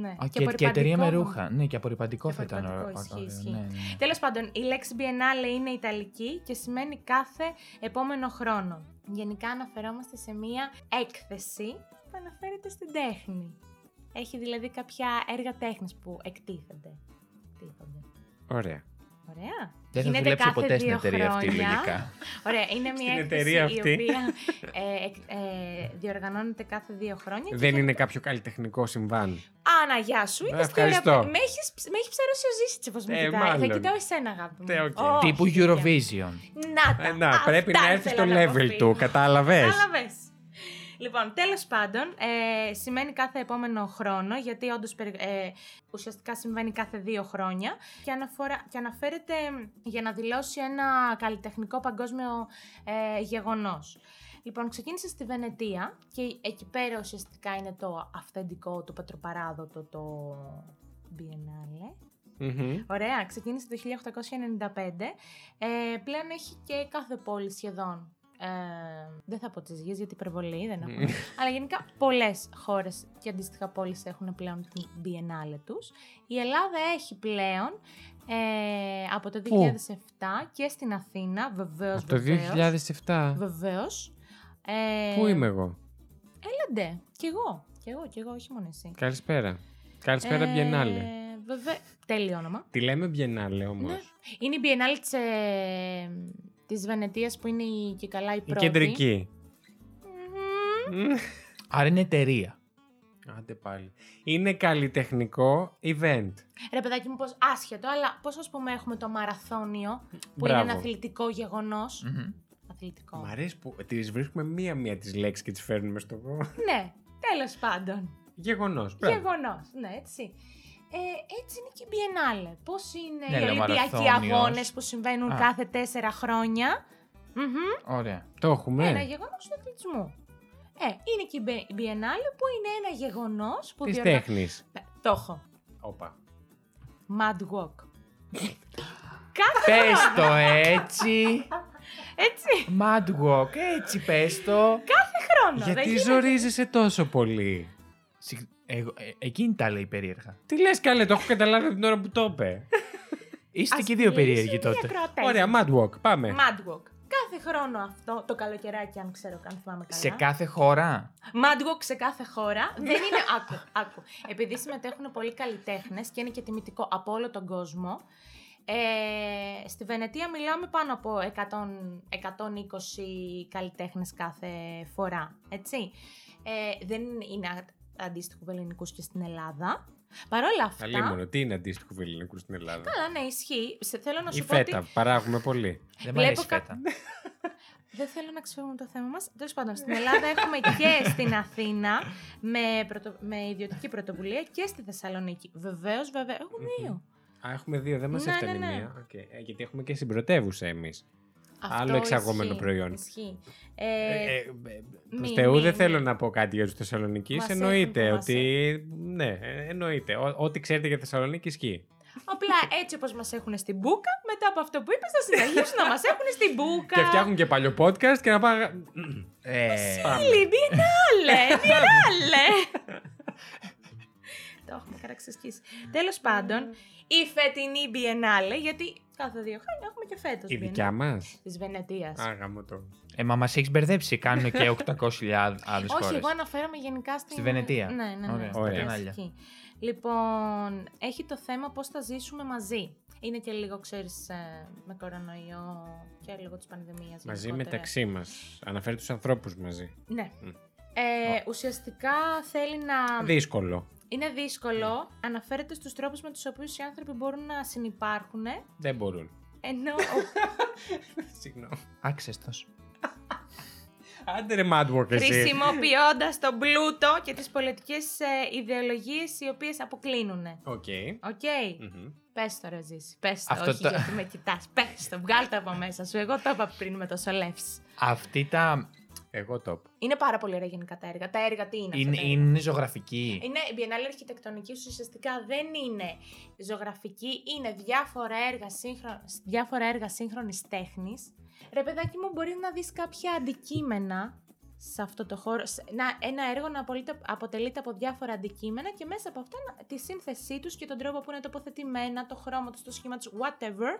Ναι.
Α, Και, και εταιρεία με
απορριπαντικό.
ρούχα. Ναι, και απορριπαντικό
Και
θα ήταν.
απορριπαντικό, ισχύει,
ωραίο.
ισχύει.
Ναι, ναι, ναι.
Τέλος πάντων, η λέξη Biennale είναι Ιταλική και σημαίνει κάθε επόμενο χρόνο. Γενικά αναφερόμαστε σε μία έκθεση που αναφέρεται στην τέχνη. Έχει δηλαδή κάποια έργα τέχνης που εκτίθενται. Εκτίθενται.
Ωραία.
Ωραία.
Δεν θα
Γίνεται
δουλέψω
κάθε
ποτέ στην
δύο
εταιρεία αυτή,
χρόνια.
λογικά.
Ωραία, είναι μια
Στην
έκθεση
εταιρεία αυτή.
η οποία ε, εκ- ε, διοργανώνεται κάθε δύο χρόνια. και
Δεν
θα-
είναι κάποιο καλλιτεχνικό συμβάν.
Άνα, γεια σου.
Ε,
Είδες τι
ευχαριστώ.
ωραία που- Με έχεις, ψ- με έχεις ψαρώσει ο Ζήσης έτσι όπως μου
Ε,
κοιτάει.
μάλλον.
Θα κοιτάω εσένα, αγάπη μου.
Ε, οκ.
Ω,
Τύπου
χέρια.
Eurovision.
Να, τα,
Ε, να,
αυτά
πρέπει να έρθεις
ήθελα
στο
να
level
αποφύγω.
του, κατάλαβες.
Κατάλαβες. Λοιπόν, τέλος πάντων, ε, σημαίνει κάθε επόμενο χρόνο, γιατί όντως περι- ε, ουσιαστικά συμβαίνει κάθε δύο χρόνια και, αναφορά, και αναφέρεται για να δηλώσει ένα καλλιτεχνικό παγκόσμιο ε, γεγονός. Λοιπόν, ξεκίνησε στη Βενετία και εκεί πέρα ουσιαστικά είναι το αυθεντικό, το πατροπαράδοτο, το Biennale. Ωραία, ξεκίνησε το 1895. Ε, πλέον έχει και κάθε πόλη σχεδόν. Ε, δεν θα πω τις γης γιατί υπερβολή δεν
Ναι.
έχω. Αλλά γενικά πολλές χώρες και αντίστοιχα πόλεις έχουν πλέον την Biennale ε τους. Η Ελλάδα έχει πλέον ε, από το 2007 και στην Αθήνα, βεβαίως,
Από το
βεβαίως.
2007.
Βεβαίως. Ε,
Πού είμαι εγώ.
Έλαντε, κι εγώ, κι εγώ, κι εγώ, όχι μόνο εσύ.
Καλησπέρα. Καλησπέρα,
Ε,
Biennale.
βεβαίω- τέλειο όνομα.
Τη λέμε Biennale όμως.
Ναι. Είναι η Biennale της, ε, της Βενετίας που είναι η, και καλά η
Η
πρώτη.
κεντρική.
Μμμ.
Μμμ.
Άρα είναι εταιρεία.
Άντε πάλι. Είναι καλλιτεχνικό event.
Ρε παιδάκι μου, πώς άσχετο, αλλά πώς ας πούμε έχουμε το μαραθώνιο που είναι ένα
Μπράβο.
αθλητικό γεγονός.
Μμμ.
Αθλητικό.
Μ' αρέσει που τις βρίσκουμε μία-μία τις λέξεις και τις φέρνουμε στο
Ναι, τέλος πάντων.
γεγονός.
Γεγονός, ναι, έτσι. Ε, έτσι είναι και η Biennale. Πώς είναι
Ναι,
οι
λέει, ο
Ολυμπιακοί
μαραθώνιος.
αγώνες που συμβαίνουν
Α.
κάθε τέσσερα χρόνια. Μμμ.
Ωραία.
Το
Ναι.
Ένα
έχουμε.
γεγονός του αθλητισμού. Ε, είναι και η Be- Biennale που είναι ένα γεγονός που
Της
διοργανώνεται.
τέχνη.
Το έχω.
Όπα.
Mad walk.
Πες το έτσι.
Έτσι,
Mad walk, έτσι πες το.
χρόνο. δηλαδή, δεν
Γιατί
γίνεται.
ζορίζεσαι τόσο πολύ.
Συγ- εγώ- ε, Εκείνη τα λέει περίεργα.
Τι λες, καλέ, το έχω καταλάβει από την ώρα που το είπε.
Είστε
Ας
και οι δύο περίεργοι
μιλήσουν οι
τότε.
ακροατές.
Ωραία, mad walk. Πάμε.
Mad walk. Κάθε χρόνο αυτό, το καλοκαιράκι, αν ξέρω, αν θυμάμαι καλά.
Σε κάθε χώρα.
Mad walk σε κάθε χώρα. δεν είναι. άκου, άκου. Επειδή συμμετέχουν πολλοί καλλιτέχνες και είναι και τιμητικό από όλο τον κόσμο. Ε, στη Βενετία μιλάμε πάνω από 100, 120 καλλιτέχνες κάθε φορά, έτσι. Ε, δεν είναι α- αντίστοιχο με ελληνικούς και στην Ελλάδα. Παρ' όλα αυτά...
Αλίμονο, τι είναι αντίστοιχο βεληνικού στην Ελλάδα.
Καλά, ναι, ισχύει. Σε, θέλω να
Η
σου πω ότι
φέτα, παράγουμε πολύ.
Δεν
Βλέπω
μου αρέσει η
κα-
φέτα.
δεν θέλω να ξεφύγουμε το θέμα μας. Τέλος πάντων, στην Ελλάδα έχουμε και στην Αθήνα με, πρωτο... με ιδιωτική πρωτοβουλία και στη Θεσσαλονίκη. Βεβαίως, βέβαια. Έχουμε
Μμμ.
δύο.
Α, έχουμε δύο, δεν μας
Ναι,
έφτανε
ναι, ναι.
μία. Οκ. Ε, γιατί έχουμε και συμπρωτεύουσα εμείς. Άλλο εξαγόμενο
ισχύει,
προϊόν.
Ισχύει. Ε,
Προ
μη-
Θεού
μη-
δεν
μη-
θέλω να πω κάτι για τους Θεσσαλονίκη.
Μας
Εννοείται
έχουν
ότι. Ναι, ε, εννοείται. Ό- Ό,τι ξέρετε για Θεσσαλονίκη ισχύει.
Απλά έτσι όπως μας έχουν στην μπουκα, μετά από αυτό που είπες θα συνεχίσουν να μας έχουν στην μπουκα.
Και φτιάχνουν και παλιό podcast και να πάνε.
Ε,
Πάμε.
Λι, Biennale, Biennale. Το έχουμε καραξισκήσει. Τέλος πάντων, η φετινή Biennale, γιατί κάθε δύο χρόνια έχουμε και φέτος
Η δικιά μας.
Της Βενετίας.
Άγαμο το.
Ε, μα μας έχεις μπερδέψει. Κάνουν και 800.000 άλλες
Όχι,
χώρες.
εγώ αναφέρομαι γενικά στην.
Στη Βενετία.
Ναι, ναι, ναι.
Ωραία,
στην
ωραία.
κλασική. Λοιπόν, έχει το θέμα πώς θα ζήσουμε μαζί. Είναι και λίγο, ξέρεις, με κορονοϊό και λίγο της πανδημίας.
Μαζί μεταξύ μας. Αναφέρει τους ανθρώπους μαζί.
Ναι.
Μμ.
Ε, ουσιαστικά θέλει να.
Δύσκολο.
Είναι δύσκολο. Αναφέρεται στους τρόπους με τους οποίους οι άνθρωποι μπορούν να συνεπάρχουν.
Δεν μπορούν.
Ενώ.
Συγγνώμη.
Άξεστος.
Άντε ρε mad work εσύ.
Χρησιμοποιώντας τον πλούτο και τις πολιτικές ιδεολογίες οι οποίες αποκλίνουν.
Οκ.
Οκ.
Μμμ.
Πες το ρε Ζήση, πες το.
Αυτό
όχι
το-
γιατί με κοιτάς. Πες το, βγάλ το από μέσα σου. Εγώ το είπα πριν με το σολεύς.
Αυτή τα.
Εγώ top.
Είναι πάρα πολύ ωραία γενικά τα έργα. Τα έργα τι είναι.
Είναι,
αυτά τα έργα?
είναι ζωγραφική.
Είναι Ε, ναι, η Biennale Αρχιτεκτονικής ουσιαστικά δεν είναι ζωγραφική, είναι διάφορα έργα, σύγχρον, διάφορα έργα σύγχρονης τέχνης. Ρε παιδάκι μου, μπορείς να δεις κάποια αντικείμενα σε αυτό το χώρο. σε- Να, ένα έργο να απολύτε- αποτελείται από διάφορα αντικείμενα και μέσα από αυτά να- τη σύνθεσή τους και τον τρόπο που είναι τοποθετημένα, το χρώμα τους, το σχήμα τους, whatever.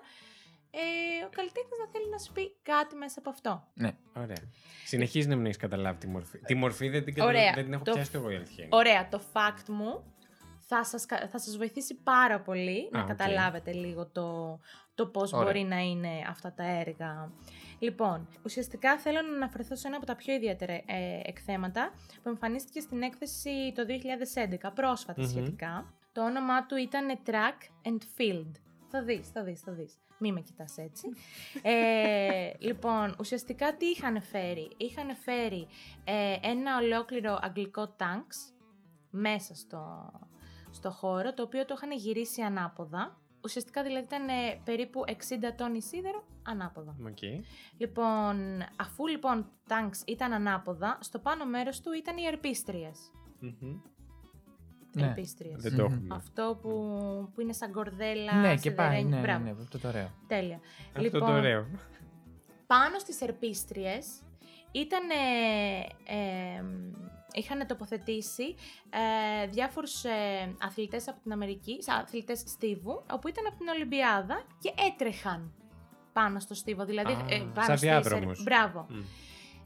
Ε, ο καλλιτέχνης να θέλει να σου πει κάτι μέσα από αυτό.
Ναι,
Ωραία. Συνεχίζει να μην έχεις καταλάβει τη μορφή. Τη μορφή δεν την, κατα...
Ωραία.
δεν την έχω
Το-
πιάσει και εγώ η αλήθεια. είναι.
Ωραία, το fact μου θα σας, κα- θα σας βοηθήσει πάρα πολύ
Α,
να
οκ.
καταλάβετε λίγο το, το πώς
Ωραία.
μπορεί να είναι αυτά τα έργα. Λοιπόν, ουσιαστικά θέλω να αναφερθώ σε ένα από τα πιο ιδιαίτερα ε, εκθέματα που εμφανίστηκε στην έκθεση το 2011, πρόσφατα
Μμμ.
σχετικά. Το όνομά του ήταν Track and Field. Θα δεις, θα δεις, θα δεις. Μη με κοιτάς έτσι. ε, λοιπόν, ουσιαστικά τι είχαν φέρει. Είχαν φέρει ε, ένα ολόκληρο αγγλικό τάγκς μέσα στο, στο χώρο, το οποίο το είχαν γυρίσει ανάποδα. Ουσιαστικά δηλαδή ήταν ε, περίπου 60 τόνοι σίδερο ανάποδα.
Οκ.
Λοιπόν, αφού λοιπόν το τάγκς ήταν ανάποδα, στο πάνω μέρος του ήταν οι ερπίστριες.
Μμμ.
Ναι.
Ερπίστριες.
Δεν το
Μμμ.
έχουμε.
Αυτό που, που είναι σαν κορδέλα,
ναι, και πάει.
σιδερένι.
Ναι, ναι,
Μπράβο.
ναι, αυτό το ωραίο.
Τέλεια.
Αυτό
λοιπόν,
το ωραίο.
πάνω στις ερπίστριες ήταν, ε, ε, είχαν τοποθετήσει ε, διάφορους ε, αθλητές από την Αμερική, σα- αθλητές στίβου, όπου ήταν από την Ολυμπιάδα και έτρεχαν πάνω στο στίβο, δηλαδή
Α,
ε, πάνω
σαν
στις ερ-
διάδρομους.
Μπράβο.
Μμ.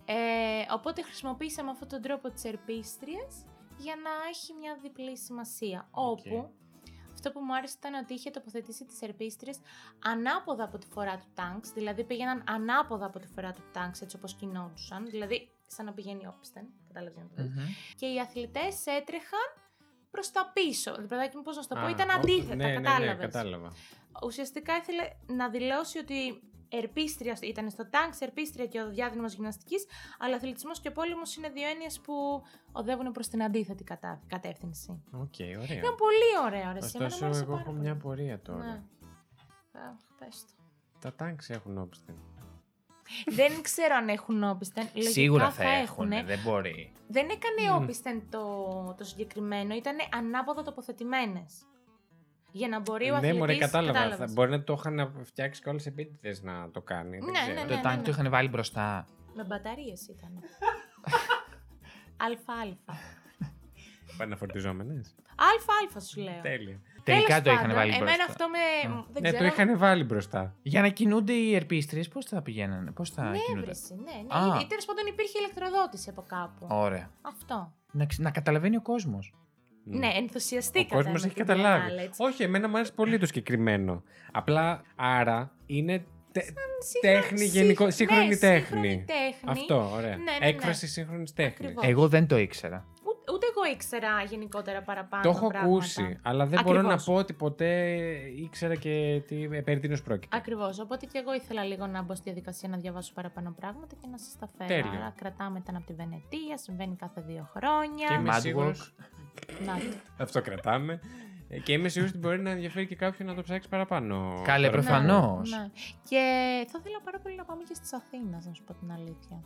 Ε, οπότε χρησιμοποίησαμε αυτόν τον τρόπο της ερπίστριας για να έχει μια διπλή σημασία. Όπου αυτό που μου άρεσε ήταν ότι είχε τοποθετήσει τις ερπίστριες ανάποδα από τη φορά του τάγκ, δηλαδή πήγαιναν ανάποδα από τη φορά του τάγκ έτσι όπως κινόντουσαν, δηλαδή σαν να πηγαίνει όπισθεν, κατάλαβες για να το δεις.
Μμμ.
Και οι αθλητές έτρεχαν προς τα πίσω. Δηλαδή, παιδάκι μου, πώς να σου το πω,
Α,
ήταν
οκ.
αντίθετα,
ναι, ναι,
κατάλαβες.
Ναι, κατάλαβα.
Ουσιαστικά ήθελε να δηλώσει ότι ερπίστρια ήταν στο τάγκ, ερπίστρια και ο διάδρομο γυμναστικής, αλλά αθλητισμός και πόλεμος είναι δύο έννοιες που οδεύουν προς την αντίθετη κατά- κατεύθυνση.
Οκ, ωραία.
Ήταν πολύ ωραίο, ρε. Σήμερα μου
Ωστόσο,
άρεσε
Ναι. εγώ
πάρα
έχω
πολύ.
μια απορία τώρα.
Ναι. Α, πες το.
Τα τάγκς έχουν όπισθεν.
Δεν ξέρω αν έχουν όπισθεν. Λογικά
Σίγουρα θα έχουν,
έχουνε. Ναι,
δεν μπορεί.
Δεν έκανε
Μμμ.
όπισθεν το, το συγκεκριμένο, ήταν ανάποδα τοποθετημένες. Για να μπορεί ο
Ναι,
αθλητής...
μωρέ, κατάλαβα. Θα,
κατάλαβες.
μπορεί να το είχαν φτιάξει και όλες επίτηδες να το κάνει. δεν
Ναι,
ξέρω.
ναι,
Το
ναι.
τάγκ το είχαν βάλει μπροστά.
Με μπαταρίες ήταν. Αλφα-αλφα.
Επαναφορτιζόμενες.
Αλφα-αλφα σου λέω.
Τέλεια.
Τελικά
Τέλος
το είχαν
πάντων,
βάλει μπροστά.
Εμένα αυτό με.
Α.
Ναι. Δεν
ναι,
ξέρω.
το είχαν βάλει μπροστά.
Για να κινούνται οι ερπίστριες, πώς θα πηγαίνανε, πώς θα
Ναι,
κινούνται.
βρεση, ναι, ναι.
Α.
Ή τέλος πάντων υπήρχε ηλεκτροδότηση από κάπου.
Ωραία.
Αυτό.
Να, ξε- να καταλαβαίνει ο κόσμος.
Ναι,
Ο
ενθουσιαστήκατε.
κόσμος
με
έχει
την
καταλάβει.
Biennale, έτσι.
Όχι, εμένα μου αρέσει πολύ το συγκεκριμένο. Απλά άρα είναι τε-
Σύγχρονα-
τέχνη
σύγχρονα-
γενικό.
ναι,
Σύγχρονη τέχνη.
σύγχρονη τέχνη.
Αυτό, ωραία.
Ναι, ναι, ναι.
Έκφραση σύγχρονης τέχνης.
Ακριβώς.
Εγώ δεν το ήξερα.
Ούτε, ούτε εγώ ήξερα γενικότερα παραπάνω.
Ε, Το έχω
πράγματα.
ακούσει, αλλά δεν μπορώ να
Ακριβώς.
πω ότι ποτέ ήξερα και τι, ε, περί τίνος πρόκειται.
Ακριβώς. Οπότε και εγώ ήθελα λίγο να μπω στη διαδικασία να διαβάσω παραπάνω πράγματα και να σας τα φέρω.
Τέλεια.
Άρα κρατάμε ήταν από τη Βενετία, συμβαίνει κάθε δύο χρόνια.
Και είμαι
Mad
σίγουρος,
Να,
Ε,
ναι,
αυτό κρατάμε, ε, και είμαι σίγουρος ότι μπορεί να ενδιαφέρει και κάποιον να το ψάξει παραπάνω.
Καλέ,
Τώρα.
προφανώς. Προφανώς.
Ναι, ναι. Και θα ήθελα πάρα πολύ να πάμε και στις Αθήνα, να σου πω την αλήθεια.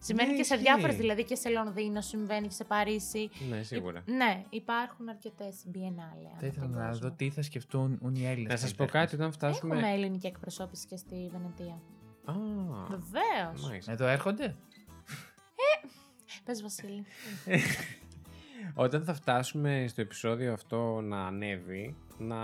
Συμβαίνει
Ναι,
και σε
ισχύει.
διάφορες, δηλαδή και σε Λονδίνο, συμβαίνει και σε Παρίσι.
Ναι, σίγουρα.
Υ- Ναι, υπάρχουν αρκετές biennale.
Θα ήθελα
ανά τον
να
κόσμο.
δω τι θα σκεφτούν οι Έλληνες.
Να σας πω κάτι όταν φτάσουμε...
Έχουμε ελληνική εκπροσώπηση και στη Βενετία.
Α,
Βεβαίως.
μάλιστα.
Εδώ έρχονται.
Πες, Βασίλη.
Όταν θα φτάσουμε στο επεισόδιο αυτό να ανέβει, να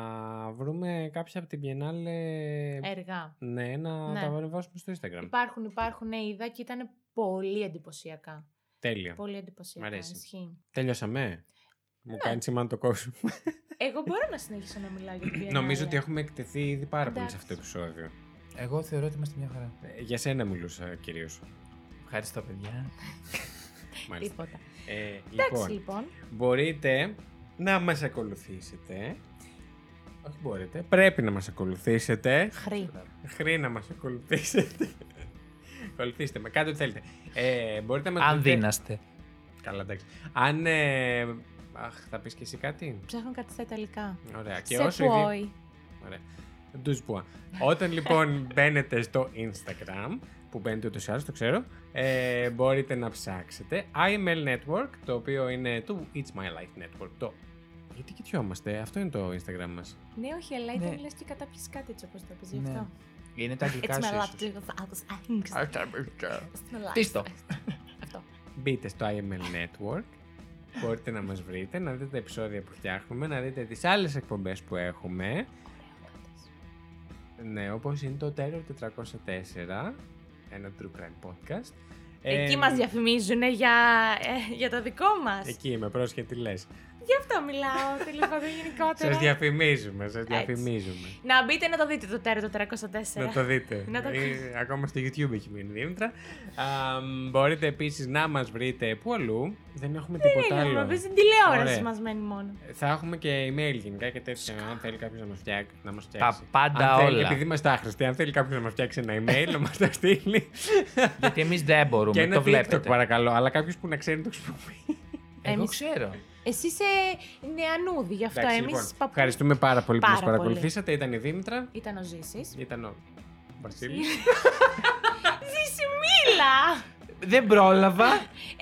βρούμε κάποια από την
Ε,
Biennale...
Έργα.
Ναι, να
Ε, Ναι.
τα ανεβάσουμε στο Instagram.
Υπάρχουν, υπάρχουν, ναι, είδα και ήταν πολύ εντυπωσιακά.
Τέλεια.
Πολύ εντυπωσιακά.
Ε, Μ' αρέσει.
ισχύει.
Τελειώσαμε. ε?
Ναι.
Μου κάνει σήμα το κόσμο.
Εγώ μπορώ να συνεχίσω να μιλάω για την
Νομίζω ότι έχουμε εκτεθεί ήδη πάρα πολύ σε
Εντάξει.
αυτό το επεισόδιο.
Εγώ θεωρώ ότι είμαστε μια χαρά.
Ε, Για σένα μιλούσα κυρίως.
Ευχαριστώ, παιδιά.
Μάλιστα.
Τίποτα.
Ε,
Εντάξει,
λοιπόν,
λοιπόν.
μπορείτε να μας ακολουθήσετε. Όχι μπορείτε, πρέπει να μας ακολουθήσετε.
Χρή.
Χρή να μας ακολουθήσετε. Ακολουθήστε με, κάντε ό,τι θέλετε. Ε, μπορείτε να μας
Αν
βρείτε-
δύναστε.
Καλά, εντάξει. Αν... ε, αχ, θα πεις και εσύ κάτι.
Ψάχνω κάτι στα Ιταλικά.
Ωραία. Και
Σε
όσο ήδη-
πουόι.
Ωραία. Ντουζμπουά. Όταν λοιπόν μπαίνετε στο Instagram, που μπαίνετε ούτως ή άλλως, το ξέρω, ε, μπορείτε να ψάξετε. IML Network, το οποίο είναι το It's My Life Network. Το... Γιατί κοιτιόμαστε, αυτό είναι το Instagram μας.
Ναι, όχι, αλλά ήταν
Ναι.
λες και κατάπιες κάτι έτσι όπως το πεις γι'
Ναι.
αυτό.
Είναι τα αγγλικά
It's my
σου
life,
ίσως.
Jesus, I was angst.
Αυτά μπροστά.
It's my life.
Τι στο?
Αυτό.
Μπείτε στο IML Network, μπορείτε να μας βρείτε, να δείτε τα επεισόδια που φτιάχνουμε, να δείτε τις άλλες εκπομπές που έχουμε. Ναι, όπως είναι το Terror 404, ένα true crime podcast.
Εκεί
Εμ,
μας διαφημίζουν για, ε, για το δικό μας.
Εκεί είμαι, πρόσχε τι λες.
Γι' αυτό μιλάω, τελικά το
Σας
γενικότερα.
διαφημίζουμε, σας
Έτσι.
διαφημίζουμε.
Να μπείτε να το δείτε το τέρο το 404.
Να το δείτε.
Να το
Ε,
ακούσετε.
ακόμα στο YouTube έχει μείνει Δήμητρα. Α, μ, μπορείτε επίσης να μας βρείτε που αλλού. Δεν έχουμε τίποτα
Δεν
άλλο.
είναι Στην τηλεόραση
Ωραία.
μας μένει μόνο.
Θα έχουμε και email γενικά και τέτοια. Αν θέλει κάποιος να μας φτιάξει. Να μας φτιάξει.
πάντα
αν θέλει,
όλα.
Επειδή είμαστε άχρηστοι, αν θέλει κάποιος να μας φτιάξει ένα email, να μας τα στείλει.
Γιατί εμείς δεν
και
μπορούμε,
ένα
το
TikTok
βλέπετε.
παρακαλώ. Αλλά κάποιος που να ξέρει να το χρησιμοποιεί.
Εγώ
Εμείς-
ξέρω.
Εσύ είσαι νεανούδι, γι' αυτό
Εντάξει,
εμείς
λοιπόν,
παππού-
Ευχαριστούμε πάρα πολύ που
Πάρα
μα
πολύ.
παρακολουθήσατε. Ήταν η Δήμητρα.
Ήταν ο Ζήσης.
Ήταν ο Βασίλης.
Ζήση, μίλα!
Δεν πρόλαβα.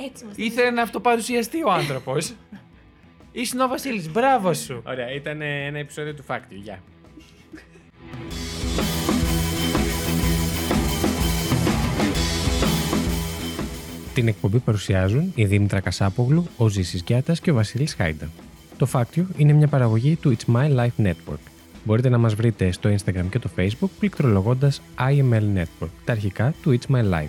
Έτσι μας
Ήθελε να αυτοπαρουσιαστεί ο άνθρωπος. Είσαι ο Βασίλης, μπράβο σου.
Ωραία, ήταν ε, ένα επεισόδιο του Fact You. Γεια. Την εκπομπή παρουσιάζουν η Δήμητρα Κασάπογλου, ο Ζήσης Γιάτας και ο Βασίλης Χάιντα. Το Fact You είναι μια παραγωγή του It's My Life Network. Μπορείτε να μας βρείτε στο Instagram και το Facebook πληκτρολογώντας IML Network, τα αρχικά του It's My Life.